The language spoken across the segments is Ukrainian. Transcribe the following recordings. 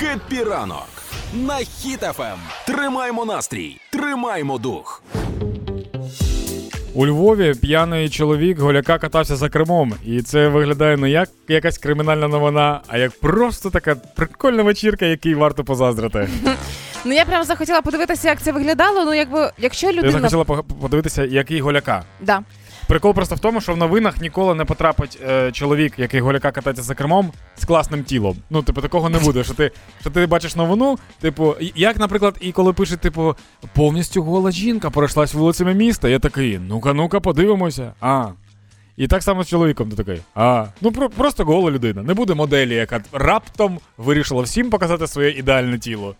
Хеппі ранок на хітафем. Тримаймо настрій, тримаймо дух. У Львові п'яний чоловік голяка катався за кермом, і це виглядає не як якась кримінальна новина, а як просто така прикольна вечірка, якій варто позаздрити. Ну я прям захотіла подивитися, як це виглядало. Ну, якби якщо Я людина захотіла пога- подивитися, який голяка. да. Прикол просто в тому, що в новинах ніколи не потрапить е, чоловік, який голяка катається за кермом з класним тілом. Ну, типу, такого не буде. Що ти, що ти бачиш новину, типу, і- як, наприклад, і коли пише, типу, повністю гола жінка пройшлась вулицями міста, я такий, ну-ка, ну-ка, подивимося. А. І так само з чоловіком ти такий. А, ну про- просто гола людина. Не буде моделі, яка раптом вирішила всім показати своє ідеальне тіло.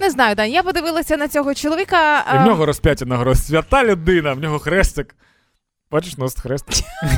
не знаю, да. Я подивилася на цього чоловіка. І а, в нього розп'яття на гроз. Свята людина, в нього хрестик. Бачиш, носить хрест.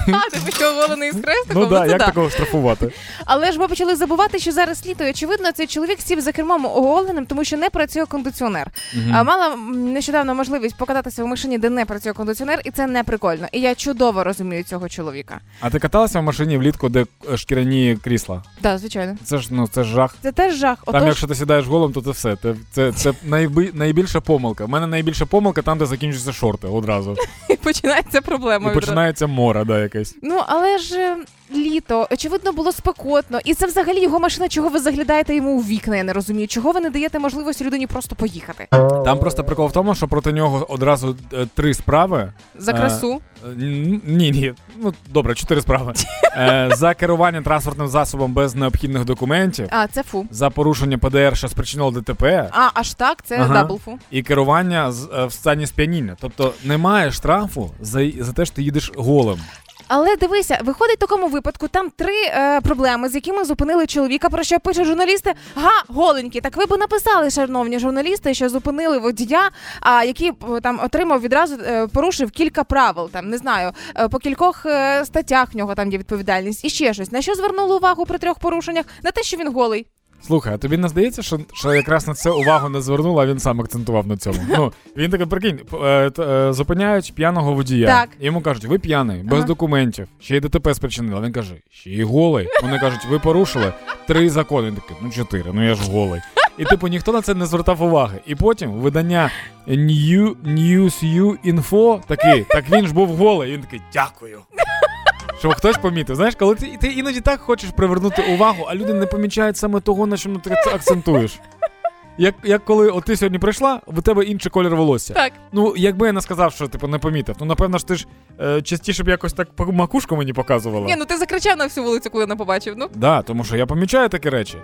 а, ти що голений з хрестиком? Ну да, це як такого штрафувати? Але ж ми почали забувати, що зараз літо. І очевидно, цей чоловік сів за кермом оголеним, тому що не працює кондиціонер. А мала м, нещодавно можливість покататися в машині, де не працює кондиціонер, і це не прикольно. І я чудово розумію цього чоловіка. А ти каталася в машині влітку, де е, шкіряні крісла? Да, звичайно. Це ж ну це ж жах. Це теж жах. Там, Отож, якщо ти сідаєш голим, то це все. Це, це, це найби, найбільша помилка. У мене найбільша помилка там, де закінчуються шорти одразу. починається проблема. І відразу. Ну, починається мора, да, якесь. Ну але ж е, літо, очевидно, було спекотно, і це взагалі його машина. Чого ви заглядаєте йому у вікна? Я не розумію. Чого ви не даєте можливості людині просто поїхати Там просто прикол в тому, що проти нього одразу е, три справи. за Е, красу? Е, Ні, ні. Ну добре, чотири справи. Е, за керування транспортним засобом без необхідних документів, А це фу. за порушення ПДР, що спричинило ДТП, А аж так, це Ага. дабл фу. і керування з- е, в стані сп'яніння. Тобто немає штрафу за, за те, що ти їдеш голим. Але дивися, виходить в такому випадку. Там три е, проблеми, з якими зупинили чоловіка. Про що пишуть журналісти? Га, голенькі. Так ви б написали, шановні журналісти, що зупинили водія, а який е, там отримав відразу е, порушив кілька правил. Там не знаю, е, по кількох е, статтях в нього там є відповідальність і ще щось. На що звернули увагу при трьох порушеннях? На те, що він голий. Слухай, а тобі не здається, що, що якраз на це увагу не звернув, а він сам акцентував на цьому. Ну він таке прикинь, п- е, т- е, зупиняють п'яного водія. Так. Йому кажуть, ви п'яний, без Ага. документів, ще й ДТП спричинили. Він каже, ще й голий. Вони кажуть, ви порушили три закони. Він такий, ну чотири, ну я ж голий. І типу ніхто на це не звертав уваги. І потім видання New News U Info такий, так він ж був голий. І він такий, дякую. Щоб хтось помітив. Знаєш, коли ти, ти іноді так хочеш привернути увагу, а люди не помічають саме того, на чому ти це акцентуєш. Як, як коли от ти сьогодні прийшла, в тебе інший колір волосся. Так. Ну, якби я не сказав, що типу не помітив, ну напевно ж ти ж е, частіше б якось так по- макушку мені показувала. Ні, ну ти закричав на всю вулицю, коли не побачив. Ну Да, тому що я помічаю такі речі.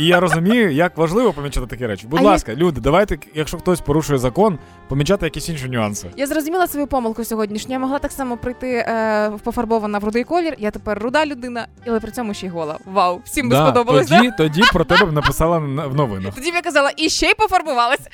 І я розумію, як важливо помічати такі речі. Будь А я- ласка, люди, давайте, якщо хтось порушує закон, помічати якісь інші нюанси. я зрозуміла свою помилку сьогоднішню. Я могла так само прийти е, пофарбована в рудий колір. Я тепер руда людина, але при цьому ще й гола. Вау, всім би сподобалось. да? тоді, тоді про тебе б написала на- в новинах. Тоді б я казала, і ще й пофарбувалась.